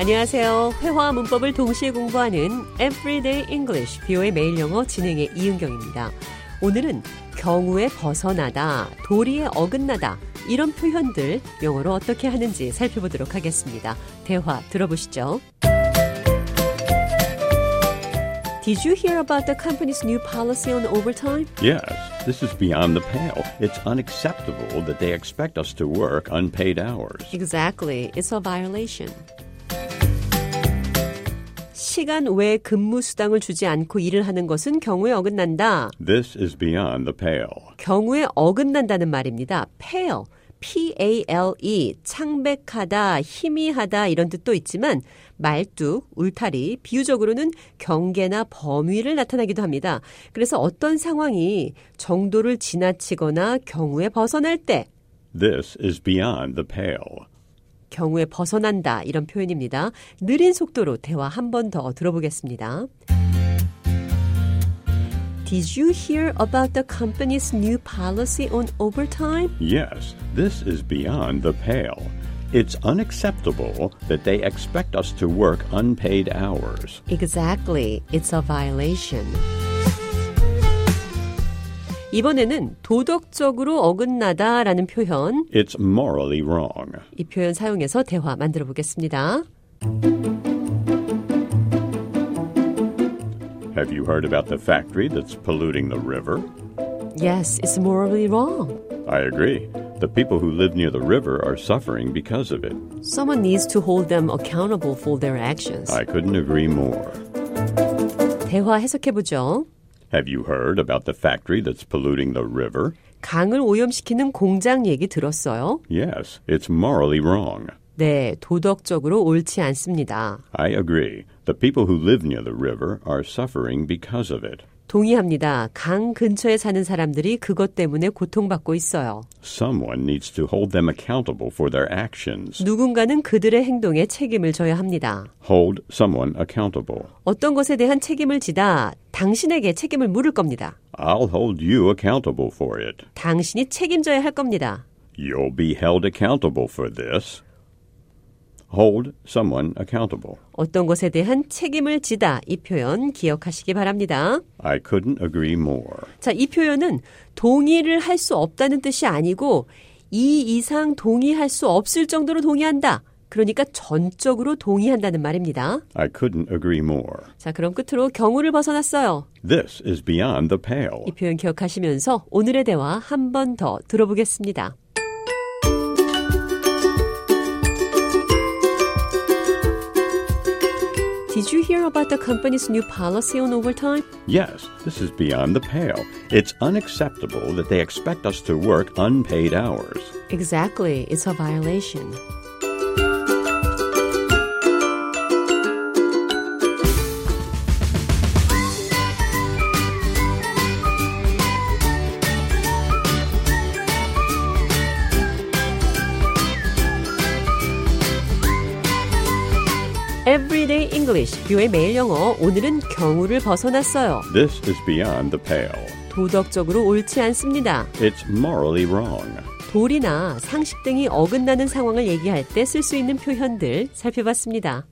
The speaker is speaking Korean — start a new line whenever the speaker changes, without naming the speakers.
안녕하세요. 회화와 문법을 동시에 공부하는 Everyday English, 비오의 매일 영어 진행의 이은경입니다. 오늘은 경우에 벗어나다, 도리에 어긋나다, 이런 표현들 영어로 어떻게 하는지 살펴보도록 하겠습니다. 대화 들어보시죠. Did you hear about the company's new policy on overtime?
Yes, this is beyond the pale. It's unacceptable that they expect us to work unpaid hours.
Exactly. It's a violation. 시간 외 근무 수당을 주지 않고 일을 하는 것은 경우에 어긋난다.
This is beyond the pale.
경우에 어긋난다는 말입니다. pale, p-a-l-e, E. 창백하다, 희미하다 이런 뜻도 있지만 말뚝, 울타리, 비유적으로는 경계나 범위를 나타나기도 합니다. 그래서 어떤 상황이 정도를 지나치거나 경우에 벗어날 때
This is beyond the pale.
경우에 벗어난다 이런 표현입니다. 느린 속도로 대화 한 번 더 들어보겠습니다. Did you hear about the company's new policy on overtime?
Yes, this is beyond the pale. It's unacceptable that they expect us to work unpaid hours.
Exactly. It's a violation. 이번에는 도덕적으로 어긋나다라는 표현
It's morally wrong.
이 표현 사용해서 대화 만들어 보겠습니다.
Have you heard about the factory that's polluting the river?
Yes, it's morally wrong.
I agree. The people who live near the river are suffering because of it.
Someone needs to hold them accountable for their actions.
I couldn't agree more.
대화 해석해 보죠.
Have you heard about the factory that's polluting the river?
강을 오염시키는 공장 얘기 들었어요?
Yes, it's morally wrong.
네, 도덕적으로 옳지 않습니다.
I agree. The people who live near the river are suffering because of it.
동의합니다. 강 근처에 사는 사람들이 그것 때문에 고통받고 있어요.
Someone needs to hold them accountable for their actions.
누군가는 그들의 행동에 책임을 져야 합니다.
Hold someone accountable.
어떤 것에 대한 책임을 지다 당신에게 책임을 물을 겁니다.
I'll hold you accountable for it.
당신이 책임져야 할 겁니다.
You'll be held accountable for this. Hold someone accountable.
어떤 것에 대한 책임을 지다 이 표현 기억하시기 바랍니다.
I couldn't agree more.
자, 이 표현은 동의를 할 수 없다는 뜻이 아니고 이 이상 동의할 수 없을 정도로 동의한다. 그러니까 전적으로 동의한다는 말입니다.
I couldn't agree more.
자, 그럼 끝으로 경우를 벗어났어요.
This is beyond the pale.
이 표현 기억하시면서 오늘의 대화 한 번 더 들어보겠습니다. Did you hear about the company's new policy on overtime?
Yes, this is beyond the pale. It's unacceptable that they expect us to work unpaid hours.
Exactly. It's a violation. Everyday English, 뷰의 매일 영어. 오늘은 경우를 벗어났어요.
This is beyond the pale.
도덕적으로 옳지 않습니다.
It's morally wrong.
도리나 상식 등이 어긋나는 상황을 얘기할 때 쓸 수 있는 표현들 살펴봤습니다.